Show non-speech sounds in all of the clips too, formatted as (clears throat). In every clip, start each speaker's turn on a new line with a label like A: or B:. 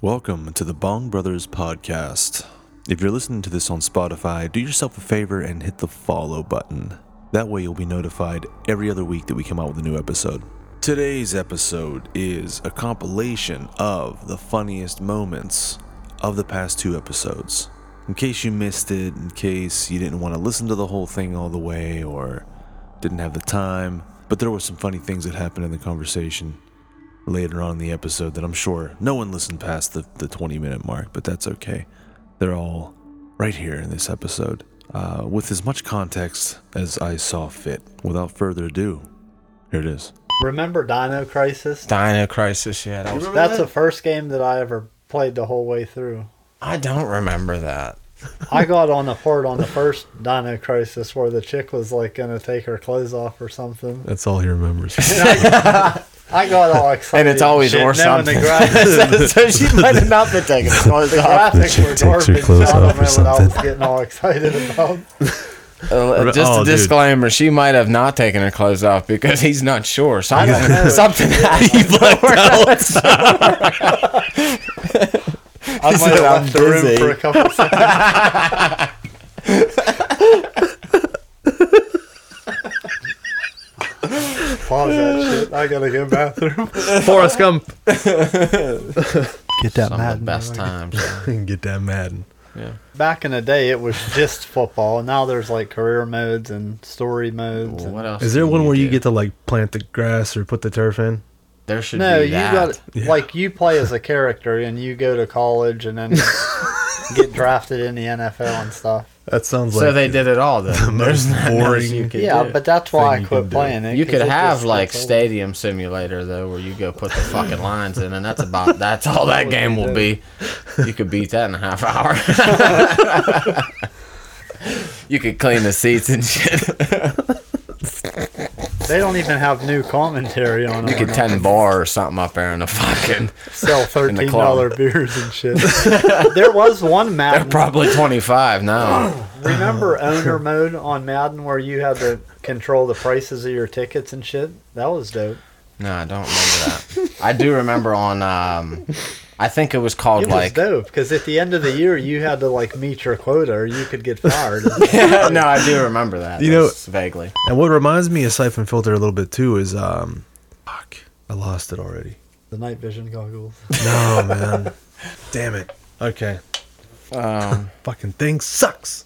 A: Welcome to the Bong Brothers podcast. If you're listening to this on Spotify, do yourself a favor and hit the follow button. That way, you'll be notified every other week that we come out with a new episode. Today's episode is a compilation of the funniest moments of the past two episodes. In case you missed it, in case you didn't want to listen to the whole thing all the way or didn't have the time, but there were some funny things that happened in the conversation later on in the episode that I'm sure no one listened past the, the 20 minute mark, but that's okay. They're all right here in this episode uh, with as much context as I saw fit. Without further ado, here it is.
B: Remember Dino Crisis?
C: Dino Crisis. Yeah, that was,
B: That's the first game that I ever played the whole way through.
C: I don't remember that. (laughs)
B: I got on the part on the first Dino Crisis where the chick was like gonna take her clothes off or something.
A: That's all
D: (laughs)
C: (laughs)
A: he remembers.
B: I got all excited.
C: And it's always
B: shit,
C: or
B: knowing
C: something.
B: The
C: (laughs)
B: graphics,
C: so she might have not been taking the clothes
B: the
C: (laughs) off.
B: graphics
A: chick
B: were
A: takes her
B: garbage.
A: clothes
B: I don't
A: off or
B: know what I was
A: something.
B: getting all excited about.
C: Uh, just
A: Oh,
C: a
A: dude.
C: disclaimer: she might have not taken her clothes off (laughs) because he's not sure.
B: (laughs)
C: Something,
B: don't know.
C: something he blacked (laughs) out.
B: I might have
C: said, "I'm
B: left the (laughs) room
C: busy."
B: for a couple seconds. Pause that shit. I gotta go
C: (laughs)
B: bathroom.
A: Forrest Gump.
B: Get that
C: Some of the best times.
A: Get that Madden.
C: Yeah.
B: Back in the day, it was just football. Now there's like career modes and story modes.
C: Well,
B: and-
C: what else?
D: Is there
C: do
D: one where you
C: do?
D: get to like plant the grass or put the turf in?
C: There should
B: no,
C: be
B: you
C: that.
B: got
A: Yeah.
B: like you play as a character and you go to college and
C: (laughs)
B: then get drafted in the NFL and stuff.
D: That sounds
C: So
D: like
C: they did it all then. There's
D: most
C: nothing else
D: boring-
C: You could
B: yeah,
C: do.
B: but that's why I
D: you
B: quit
D: can do.
B: playing it.
C: You
B: 'cause
C: could
B: it
C: have
B: just
C: like
B: gets old.
C: Stadium Simulator though, where you go put the fucking lines in, and that's about that's all that game will be. You could beat that in a half
B: (laughs)
C: hour. you could clean the seats
B: (laughs)
C: and shit.
B: They don't even have new commentary on
C: You
B: it.
C: could ten bar or something up there in the fucking.
B: sell thirteen dollar
C: club.
B: beers and
C: (laughs)
B: shit. there was one
C: They're
B: Madden.
C: probably twenty
B: (clears throat)
C: five now. (laughs)
B: remember owner mode on Madden where you had to control the prices of your tickets and shit? That was dope.
C: No, I don't remember that. I do remember on. um I think it was called
B: It
C: like. (laughs)
B: was dope because at the end of the year you had to like meet your quota or you could get fired. (laughs)
C: no, I do remember that.
D: You know-
C: that's vaguely.
D: And what reminds me of Siphon Filter a little bit too is um fuck. I lost it already.
B: the night vision goggles.
D: No
A: (laughs)
D: man. Damn it. Okay.
C: Um,
D: Fucking thing sucks.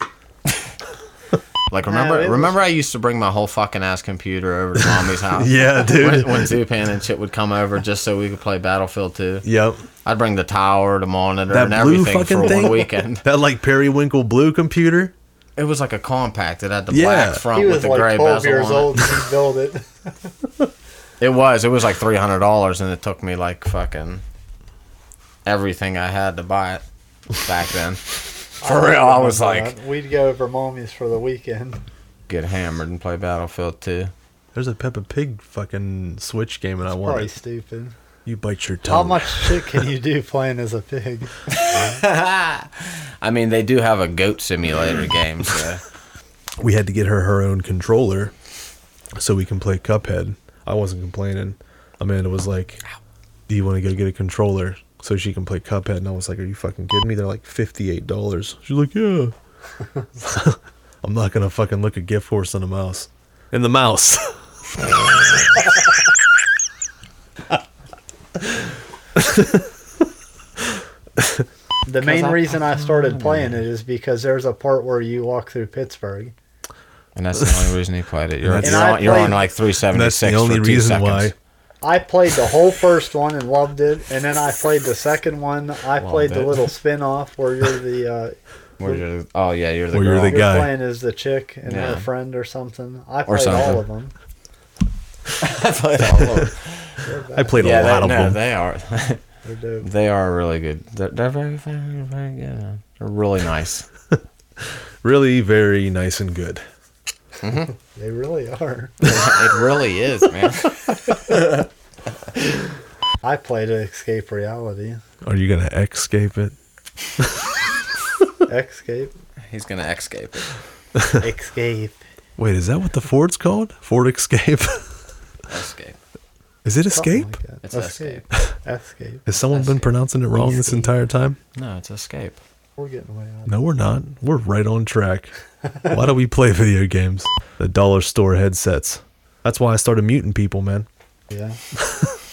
C: Like
B: No,
C: remember,
B: it was-
C: remember, I used to bring my whole fucking ass computer over
D: (laughs)
C: to mommy's house.
D: Yeah,
C: When,
D: dude.
C: when Zupan and shit would come over just so we could play Battlefield 2,
D: yep.
C: I'd bring the tower, the monitor,
D: That
C: and
D: blue
C: everything
D: fucking
C: for
D: thing?
C: one weekend.
D: That like periwinkle blue computer.
C: It was like a compact. It had the
D: Yeah.
C: black
B: He
C: front with
B: was
C: the
B: like
C: gray
B: twelve
C: bezel
B: years
C: on
B: old and he built
C: (laughs)
B: it.
C: it. It was. It was like three hundred dollars, and it took me like fucking everything I had to buy it back
D: (laughs)
C: then. For real, I was like,
B: But we'd go over mommy's for the
C: (laughs)
B: weekend.
C: get hammered and play
D: (laughs)
C: Battlefield 2.
D: There's a Peppa Pig fucking Switch game and I want
B: Probably
D: it.
B: stupid.
D: You bite your tongue.
B: How much shit can you do playing as a pig?
C: I mean, they do have a goat simulator game, so.
D: we had to get her her own controller so we can play Cuphead. I wasn't complaining. Amanda was like, "Do you want to go get a controller so she can play Cuphead?" And I was like, "Are you fucking kidding me? They're like fifty-eight dollars." She's like, "Yeah." (laughs) I'm not gonna fucking look a gift horse in a mouse. In the mouse. (laughs)
B: The main
C: I-
B: reason I
C: (laughs)
B: started playing it is because there's a part where you walk through Pittsburgh.
C: And that's the only reason he played it. You're,
D: And
C: you're,
B: I
C: on, you're
B: played-
C: on like 376
D: And that's the only
C: for two
D: reason why.
C: seconds.
B: I played the whole first one and loved it, and then I played the second one. I played the
C: it.
B: little spin off where you're the uh,
C: Where you're, oh yeah, you're the
D: Where you're
C: girl.
D: the (laughs)
B: you're
D: guy.
B: playing as the chick and her
C: Yeah.
B: friend or something. I
C: Or
B: played all
C: something.
B: of them.
C: I (laughs) played all of them.
D: I played a
C: yeah,
D: lot
C: they,
D: of
C: no,
D: them.
C: they are. (laughs)
B: They're dope.
C: They are really good. They're, they're very, very, very good. They're really nice.
D: really, very nice and good.
B: They really are.
C: it really is, man.
B: I played Escape Reality.
D: Are you gonna escape it?
B: Escape.
C: He's gonna escape it.
B: Escape.
D: Wait, is that what the Ford's called? Ford Escape?
C: Escape.
D: (laughs) Is it
B: Something
D: escape?
B: like that.
C: It's
B: escape.
D: Has someone been pronouncing it wrong this entire time?
C: No, it's escape.
B: We're getting way out.
D: No, we're not. We're right on track. Why do we play video games? The dollar store headsets. That's why I started muting people, man.
B: Yeah.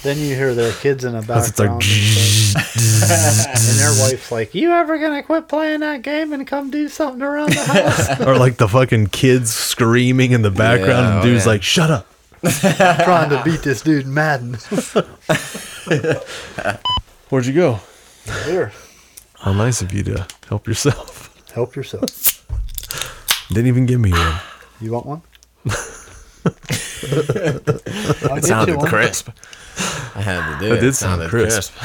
B: then you hear their kids
D: (laughs)
B: in the
D: That's it's like
B: background. and, stuff. and their wife's like, "You ever gonna quit playing that game and come do something around the
C: (laughs)
B: house?
D: (laughs) or like the fucking kids screaming in the background
C: Yeah,
D: and
C: oh,
D: dude's
C: yeah.
D: like, shut up.
B: I'm trying to beat this dude
C: (laughs)
B: Madden."
D: Where'd you go?
B: Here,
D: How nice of you to help yourself. (laughs)
B: help yourself.
D: Didn't even give me one.
B: You want
C: (laughs)
B: one?
C: It sounded crisp. I had to do
D: It
C: it.
D: did sound
C: sounded
D: crisp.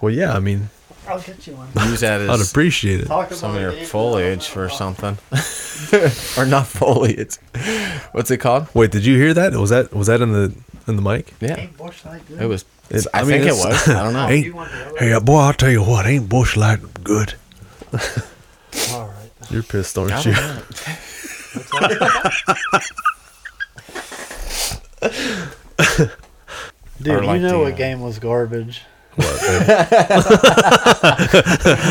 D: Well, yeah, I mean,
B: I'll get you one.
C: Use
D: (laughs)
C: that
D: I'd
C: as
D: appreciate it.
B: Talk about
C: some of your
B: it, Dave.
C: foliage for something, (laughs) or not foliage. (laughs) What's it called?
D: Wait, did you hear that? Was that was that in the in the mic?
C: Yeah,
B: Ain't bush light good?
C: it was.
D: It-
C: I,
D: I mean,
C: think it
D: it's-
C: was. (laughs) I don't know.
D: Ain't,
B: You want the other?
D: hey, uh, boy, I'll tell you what, ain't Bushlight good?
B: All right.
D: You're pissed,
C: I
D: aren't
C: don't
D: you?
C: know. Or
B: (laughs) Dude,
C: like
B: you know
C: the,
B: what
C: uh,
B: game was
C: (laughs)
B: garbage?
D: (laughs) I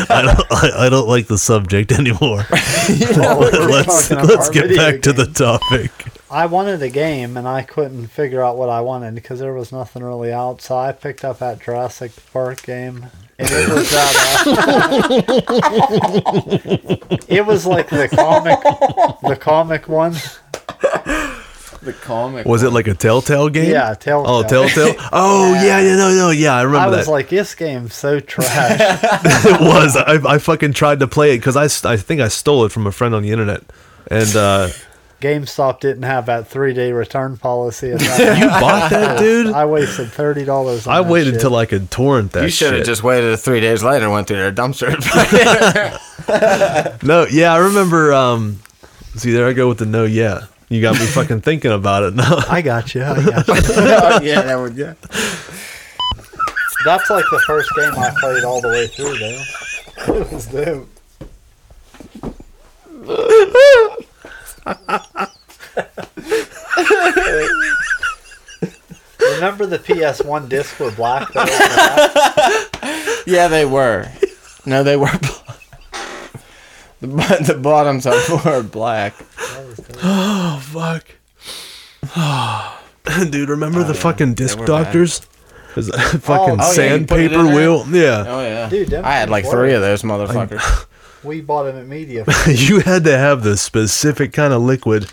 D: don't, I, I don't like the subject anymore.
B: (laughs)
D: let's
B: talking about
D: let's
B: our
D: get
B: video
D: back to the
B: games.
D: topic.
B: I wanted a game and I couldn't figure out what I wanted because there was nothing really out. So I picked up that Jurassic Park game, and it was
C: (laughs)
B: that. Uh, (laughs) it was like the comic, the comic one.
C: The comic
D: Was it like a Telltale game?
B: Yeah, Telltale.
D: Oh, Telltale.
B: (laughs)
D: Oh, yeah, yeah, no, no, yeah, I
B: I
D: remember
B: was
D: that.
B: like, this game's so trash.
D: (laughs) it was. I, I fucking tried to play it because I, s- I think I stole it from a friend on the internet, and
B: (laughs)
D: uh,
B: GameStop didn't have that three-day return policy. At that
D: (laughs) you bought that, dude.
B: I wasted thirty dollars.
D: I waited till I could torrent that.
C: You should have
D: shit.
C: just waited three days later and went through their (laughs) dumpster.
D: No, yeah, I remember. Um, see, there I go with the no. Yeah, you got
B: (laughs)
D: me fucking thinking about it (laughs) now.
B: I got you. I got
D: (laughs)
B: you.
C: yeah, that would, yeah.
B: That's like the first game I played all the way through, though. It was
D: (laughs)
B: dope. Remember the PS1 disc with black? though?
C: (laughs)
D: (laughs)
C: Yeah, they were. No, they were. Bl- the, bo- the bottoms are more black.
D: Oh fuck. (sighs) Dude, remember the fucking disc
C: Oh, were bad.
D: doctors? There's a fucking
C: (laughs) oh, yeah, you put it
D: sandpaper
C: in there?
D: wheel. Yeah.
C: Oh yeah,
B: Dude, them
C: I had like
B: things
C: three
B: were.
C: of those motherfuckers.
B: We bought them at Media.
D: (laughs) you had to have the specific kind of liquid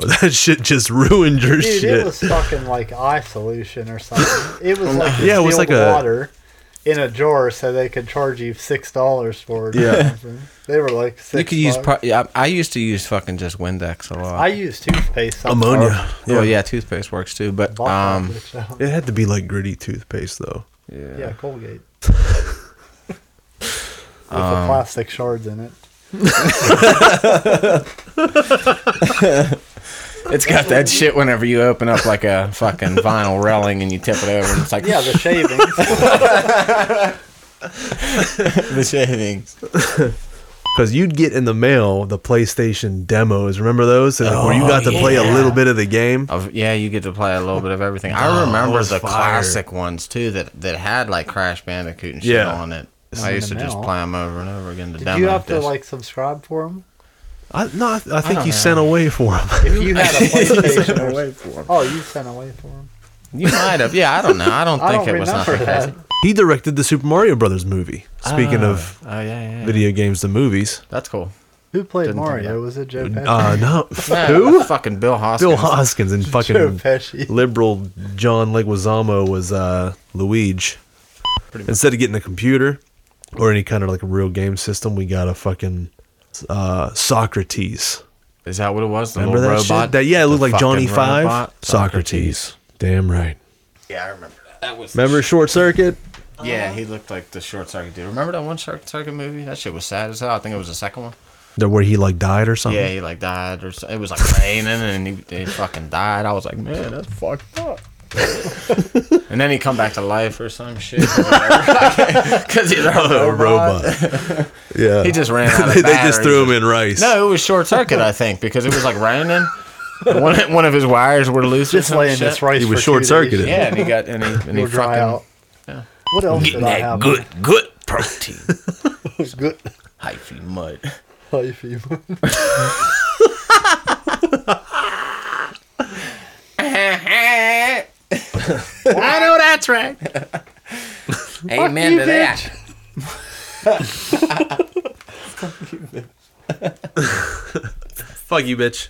D: or that (laughs) shit just ruined your
B: Dude,
D: shit.
B: it was stuck in like eye solution or something. It was
D: (laughs)
B: like
D: Yeah, it was like
B: distilled
D: a-
B: water in a jar, so they could charge you six dollars for it. or
D: Yeah.
B: something. they were like six.
C: you could use.
B: bucks.
C: Pro- yeah, I I used to use fucking just Windex a lot.
B: I use toothpaste. sometimes.
D: Ammonia.
C: yeah. Well, Oh, yeah, toothpaste works too, but
B: Bought that
C: um,
B: bitch out.
D: It had to be like gritty toothpaste though.
C: yeah.
B: yeah,
D: (laughs)
B: Colgate. With
C: Um,
B: the plastic shards in it.
C: it's got that shit. Whenever you open up like a fucking vinyl railing and you tip it over, and it's like
B: Yeah, the
C: (laughs)
B: shavings.
C: the shavings.
D: Because you'd get in the mail the PlayStation demos. Remember those? Like, where you
C: Oh,
D: got to play a
C: yeah.
D: little bit of the game.
C: Of, yeah, you get to play a little bit of everything.
D: (laughs) Oh,
C: I remember
D: those
C: the
D: fire.
C: classic ones too that that had like Crash Bandicoot and shit
D: Yeah.
C: on it.
B: in
C: I
B: the
C: used to just
B: mail.
C: play them over and over again. The
B: Did
C: demo
B: you have to
C: disc.
B: like subscribe for them?
D: I, no, I, I think
C: don't
D: you
C: know.
D: sent away for them.
B: If you had
C: (laughs)
B: a PlayStation, or-
C: for
B: oh, you sent away for them.
C: You might have. Yeah, I don't know. I don't
B: (laughs) I
C: think
B: don't
C: it was
B: remember
C: nothing
B: that.
C: crazy.
D: (laughs) he directed the Super Mario Brothers movie. Speaking of
C: Oh yeah, yeah.
D: video games to movies.
C: That's cool.
B: Who played
C: Didn't Ah, think about
B: Mario? Was it Joe Pesci?
D: Uh,
C: (laughs)
D: no.
C: Yeah,
D: Who?
C: Fucking Bill Hoskins.
D: Bill Hoskins and
B: (laughs) Joe
D: fucking
B: Pesci.
D: liberal John Leguizamo was uh, Luigi.
C: Pretty much.
D: Instead of getting a computer or any kind of like real game system, we got a fucking uh, Socrates.
C: Is that what it was? The
D: Remember that
C: little
D: shit?
C: robot.
D: That yeah, it
C: The
D: looked like
C: fucking
D: Johnny Five.
C: robot?
D: Socrates. Damn right.
C: Yeah, I remember that. That was.
D: Remember Short Circuit?
C: Yeah, he looked like the short circuit dude. Remember that one short circuit movie? That shit was sad as hell. I think it was the second one.
D: The, where he like died or something.
C: Yeah, he like died or so. it was like raining and he, they fucking died. I was like, man, that's fucked up. and then he come back to life or some shit. (laughs) Because he's a
D: A
C: robot.
D: robot. yeah.
C: (laughs) He just ran out
D: (laughs)
C: of
D: they, they just
C: batteries.
D: threw him in rice.
C: No, it was short circuit, I think, because it was like raining. one, one of his wires were loose.
B: Just
C: or
B: laying
C: laying shit.
B: this rice.
D: He was
B: for two days.
D: short-circuited.
C: Yeah, and he got and he, and he
B: It'll dry
C: fucking
B: out. What else did I have?
C: good
B: (laughs)
C: protein.
B: good.
C: Hyphy mud. (laughs)
B: Hyphy. (laughs)
C: I know that's right. Amen to that.
A: Fuck you, bitch.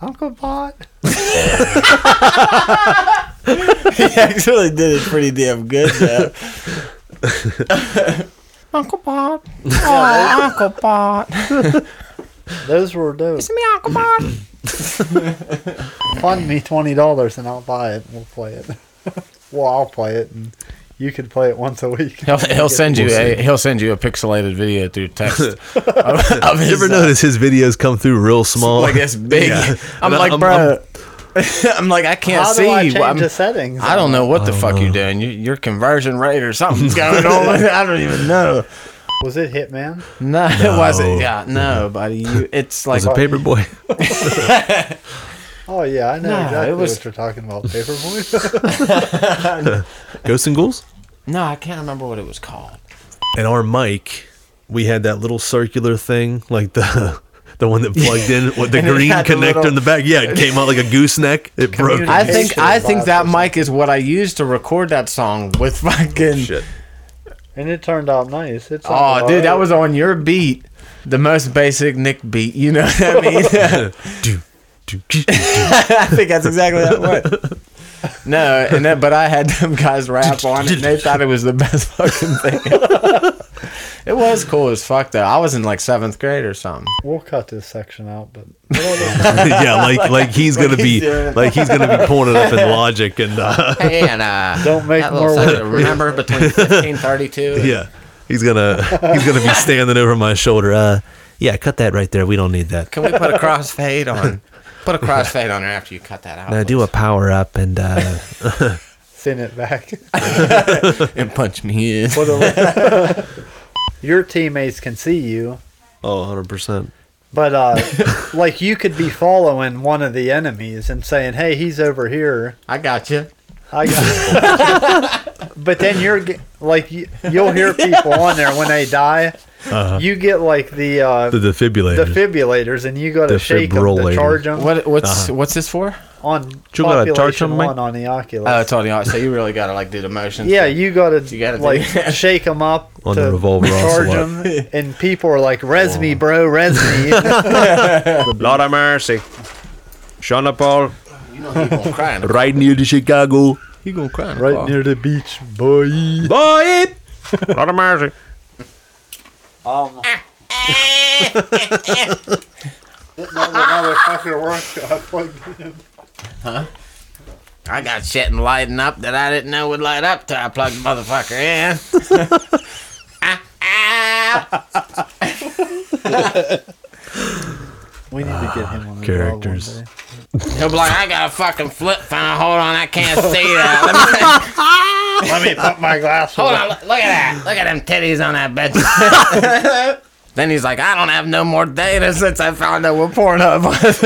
B: Uncle Bot.
C: He actually did it pretty damn good. Though. Uncle Bob. Oh, Uncle Bob.
B: (laughs) Those were dope.
C: me Uncle Bob.
B: (laughs) Fund me twenty dollars and I'll buy it. and We'll play it. (laughs) well, I'll play it, and you could play it once a
C: (laughs)
B: week.
C: He'll, he'll send you. A, he'll send you a pixelated video through text. of, of his,
D: You ever
C: uh,
D: notice his videos come through real small?
C: Like
D: (laughs)
C: it's big.
D: Yeah.
C: (laughs) I'm
D: And
C: like,
D: I'm-
C: bro. (laughs) I'm, like, I can't
B: How
C: see.
B: do I
C: you.
B: change
C: I'm-
B: the settings?
C: I don't know what the
D: don't
C: fuck
D: know.
C: you're doing. You, your conversion rate
B: (laughs)
C: or something's going on. (laughs) I don't even know.
B: Was it Hitman?
C: No, it wasn't.
D: No.
C: Yeah, no, buddy.
D: (laughs)
C: You, it's like
D: It's a paper boy.
B: Oh yeah, I know
C: No,
B: exactly
C: it was-
B: what you're talking about. Paperboy. (laughs)
D: Ghosts and Ghouls?
C: no, I can't remember what it was called.
D: And our mic, we had that little circular thing, like the (laughs) the one that plugged in with the
C: (laughs) And it
D: green
C: had the
D: connector
C: little-
D: in the back. Yeah, it came out like a gooseneck. It broke.
C: I think
B: Communication
C: I think that
B: device or
C: mic is what I used to record that song with (laughs) fucking.
D: Shit.
B: and it turned out nice. It's
C: Oh, dude, that was on your beat. The most basic Nick beat, you know what I mean?
B: (laughs)
C: (laughs)
D: (laughs) Do, do, do, do.
C: I think that's exactly that one. No, and then, but I had them guys rap on it, and they thought it was the best fucking thing. (laughs) it was cool as fuck though. I was in like seventh grade or something.
B: We'll cut this section out, but
D: (laughs)
B: (laughs)
D: yeah, like like he's gonna be
C: (laughs) he's doing.
D: like he's gonna be pulling it up in logic and uh, (laughs)
C: Hey, and uh,
B: Don't make
C: that little
B: more
C: sucker, Remember between fifteen thirty-two. and-
D: yeah, he's gonna he's gonna
C: (laughs)
D: be standing over my shoulder. Uh, yeah, cut that right there. We don't need that.
C: Can we put a crossfade on? Put a crossfade on her after you cut that out.
D: Now do a power up and
C: (laughs)
D: uh,
B: send it back. (laughs)
C: please. (laughs) and punch me in.
B: What
C: (laughs)
B: a- your teammates can see you,
D: oh, 100 percent. (laughs)
B: but uh, like you could be following one of the enemies and saying, "Hey, he's over here."
C: I got you.
B: I got
D: (laughs)
B: (laughs) but then you're ge- like you, you'll hear people on there when they die. You get like the uh,
D: Uh-huh. The defibrillator.
B: defibrillators, and you got to shake them to
D: Defibrillator.
B: charge them
C: What? What's
D: Uh-huh.
C: what's this for?
B: on
D: You gotta
B: population
D: charge 'em, Mike?
B: one on the Oculus.
C: Oh, it's on the So you really gotta like do the motions.
B: yeah, you got to
C: You gotta do
B: like
C: that.
B: shake them up
D: On
B: to
D: the revolver
B: charge
D: ocelot.
B: them, and people are like, "Res me, bro, res
D: (laughs)
B: me."
D: Lord of mercy. Sean Paul,
C: You know he gonna cry. In the,
D: right near to Chicago.
C: he gonna cry. In the car.
B: right near the beach, boy.
D: Boy! Lord of mercy.
C: (laughs)
B: Um, didn't know the motherfucker worked. I plugged it in.
C: I got shit and lighting up that I didn't know would light up till I plugged the motherfucker in. (laughs) Ah, ah.
B: We need to get him on the
D: characters.
B: job one day.
C: He'll be like, I got a fucking flip phone. Hold on, I can't see that.
B: Let me put my glass
C: Hold on, look, look at that. Look at them titties on that bitch. then he's like, I don't have no more data since I found out what Pornhub was.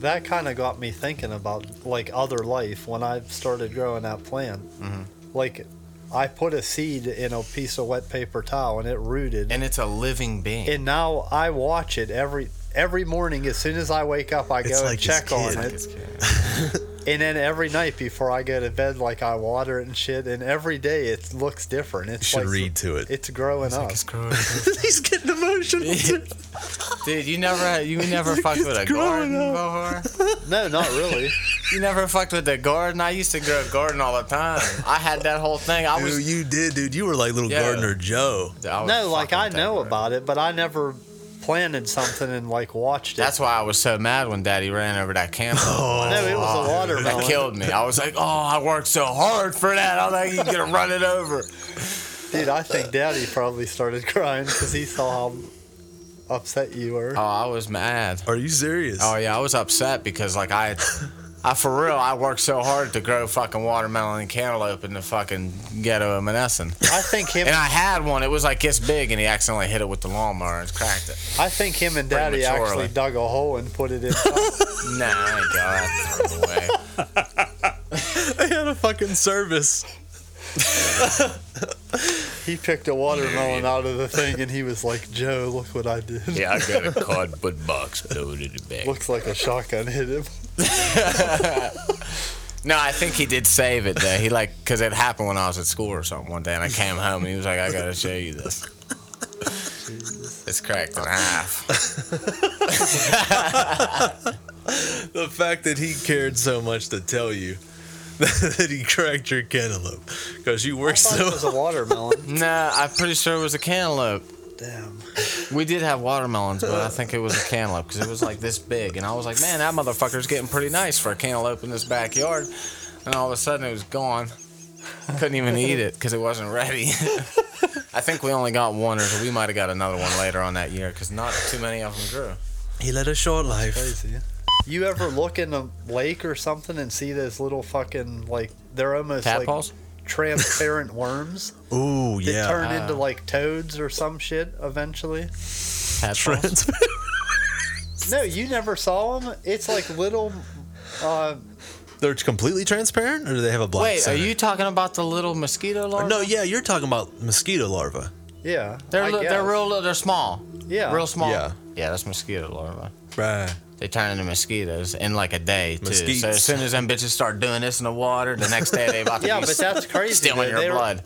B: That kind of got me thinking about like other life when I started growing that plant.
C: Mm-hmm.
B: Like, I put a seed in a piece of wet paper towel and it rooted. And,
C: it's a living being.
B: now I watch it every every morning as soon as I wake up. I go
D: It's
B: and
D: like his
B: check on
D: kid.
B: it.
D: (laughs)
B: And then every night before I go to bed, like I water it and shit. And every day it looks different. It's like
D: to
B: (laughs)
D: it.
B: It's growing up.
C: (laughs)
D: He's getting emotional.
C: Dude, you never you never fucked with a garden before.
B: no,
D: (laughs)
B: not really.
C: You never fucked with a garden. I used to grow a garden all the time. I had that whole thing. I
D: (laughs)
C: was,
D: Dude, you did, dude. You were like little
C: Yeah.
D: Gardener Joe.
C: I was
B: No, like
C: fucking
B: I know
C: terrible.
B: about it, but I never planted something and like watched it.
C: That's why I was so mad when Daddy ran over that (laughs) camera.
B: no, it was a
C: That
B: watermelon.
C: killed me. I was like, "Oh, I worked so hard for that. I thought you gonna run it (laughs) over."
B: Dude, I think Daddy probably started crying because he saw how upset you were.
C: Oh, I was mad.
D: Are you serious? (laughs)
C: Oh yeah, I was upset because like I, I for real, I worked so hard to grow fucking watermelon and cantaloupe in the fucking ghetto of Menneson.
B: I think him.
C: And I had one. It was like this big, and he accidentally hit it with the lawnmower and cracked it.
B: I think him and Daddy
C: Prematurely.
B: actually dug a hole and put it in.
C: Nah, I ain't got it. Throw it away.
D: They had a fucking service.
B: he picked a watermelon out of the thing and he was like, "Joe, look what I did."
C: Yeah, I got a cardboard box loaded in
B: (laughs)
C: back.
B: Looks like a shotgun hit him.
C: No, I think he did save it though. He like because it happened when I was at school or something one day, and I came home and he was like, "I gotta show you this." It's cracked in half.
D: The fact that he cared so much to tell you (laughs) that he cracked your cantaloupe because you worked
B: Thought
D: so.
B: it was a watermelon.
C: No, I'm pretty sure it was a cantaloupe.
B: Damn.
C: We did have watermelons, but I think it was a cantaloupe because it was like this big, and I was like, "Man, that motherfucker's getting pretty nice for a cantaloupe in this backyard." And all of a sudden, it was gone. Couldn't even eat it because it wasn't ready. (laughs) I think we only got one, or we might have got another one later on that year because not too many of them grew.
D: He led a short life.
B: (laughs) Crazy. You ever look in a lake or something and see those little fucking like they're almost
C: Tadpoles?
B: like transparent
C: (laughs)
B: worms
D: Ooh,
B: that
D: yeah.
B: turn
C: Ah.
B: into like toads or some shit eventually?
C: Tadpoles?
B: No, you never saw them. It's like little. Uh,
D: (laughs) They're completely transparent, or do they have a black?
C: Wait,
D: center?
C: are you talking about the little mosquito larvae?
D: No, yeah, you're talking about mosquito larvae.
B: yeah,
C: they're
B: I
C: li-
B: guess.
C: they're real. li- They're small.
B: Yeah.
C: real small.
D: Yeah.
C: yeah, that's mosquito larvae.
D: Right.
C: They turn into mosquitoes in like a day too.
D: Mesquites.
C: So as soon as them bitches start doing this in the water, the next day they about to
B: Yeah,
C: be
B: but
C: (laughs)
B: that's crazy.
C: stealing
B: though.
C: your
B: They were-
C: blood.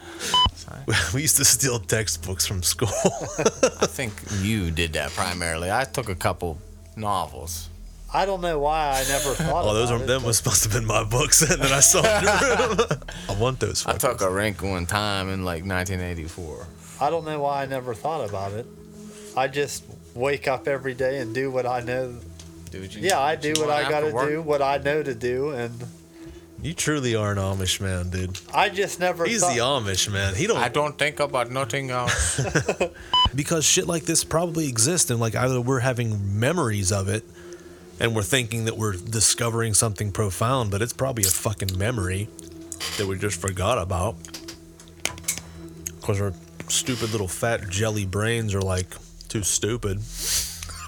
D: (laughs) We used to steal textbooks from school. (laughs)
B: Oh,
C: I think you did that primarily. I took a couple novels.
B: I don't know why I
C: (laughs)
B: never thought.
D: oh, those
B: about
D: were
B: it,
D: them
B: but
D: was supposed to have been my books, and then I
B: (laughs)
D: saw your room. (laughs) I want those.
C: I
D: fuckers.
C: took a wrinkle in time in like 1984.
B: I don't know why I never thought about it. I just wake up every day and do what I know.
C: Dude, you,
B: Yeah, I do
C: you
B: what
C: want
B: I
C: after
B: gotta
C: work?
B: do, what I know to do, and
D: You truly are an Amish man, dude.
B: I just never.
D: He's
B: thought,
D: the Amish man. He don't
C: I don't think about nothing else.
D: because shit like this probably exists, and like either we're having memories of it, and we're thinking that we're discovering something profound, but it's probably a fucking memory that we just forgot about because our stupid little fat jelly brains are like too stupid.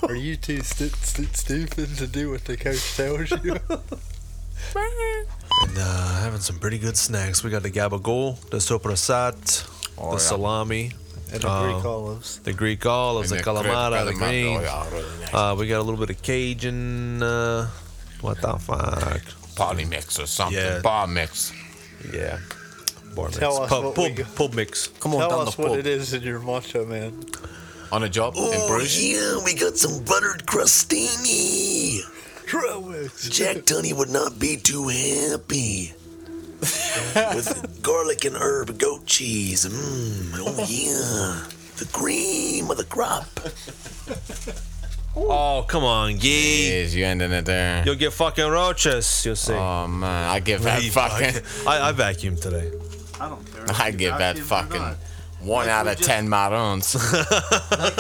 B: Are you too stu- stu- stupid to do what the coach tells (laughs) you?
D: And uh, having some pretty good snacks. We got the gabagool, the soprasat,
C: Oh,
D: the
C: yeah.
D: salami,
B: and the
D: Oh.
B: Greek olives.
D: the Greek olives, the calamata, the
C: oh,
D: green. Uh, we got a little bit of Cajun. Uh, what the fuck?
C: Poly mix or something.
D: Yeah.
C: Bar mix.
D: Yeah. Bar mix.
B: Tell us
D: pub,
B: what we
D: pub,
B: go-
D: pub mix.
C: Come on,
B: Tell us
C: down Oh. the
B: what
C: pub.
B: it is in your macho man.
C: On a job
D: Oh,
C: in Bruges.
D: yeah, we got some buttered crustini. Jack Tunney would not be too
A: (laughs)
D: happy. With garlic and herb goat cheese. Mmm. Oh, yeah. The cream of the crop. Oh, come on, yee.
C: Jeez, you ending it there.
D: You'll get fucking roaches, you'll see.
C: Oh man, I give that
D: Leave,
C: fucking,
D: I, I vacuumed today.
E: I don't care.
C: (laughs) I give that fucking (laughs) one out of
E: just-
C: ten marons.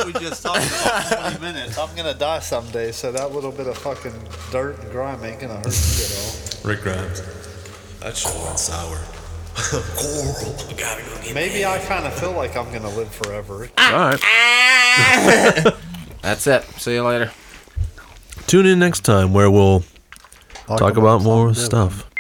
E: we just talked about 20 minutes.
B: I'm gonna die someday, so that little bit of fucking dirt and grime ain't gonna hurt me at all.
A: Rick Grimes. That shit
B: (laughs)
A: went sour.
B: Maybe I kind of feel like I'm gonna live forever.
A: All right.
C: That's it. See you later.
A: Tune in next time where we'll talk about more stuff.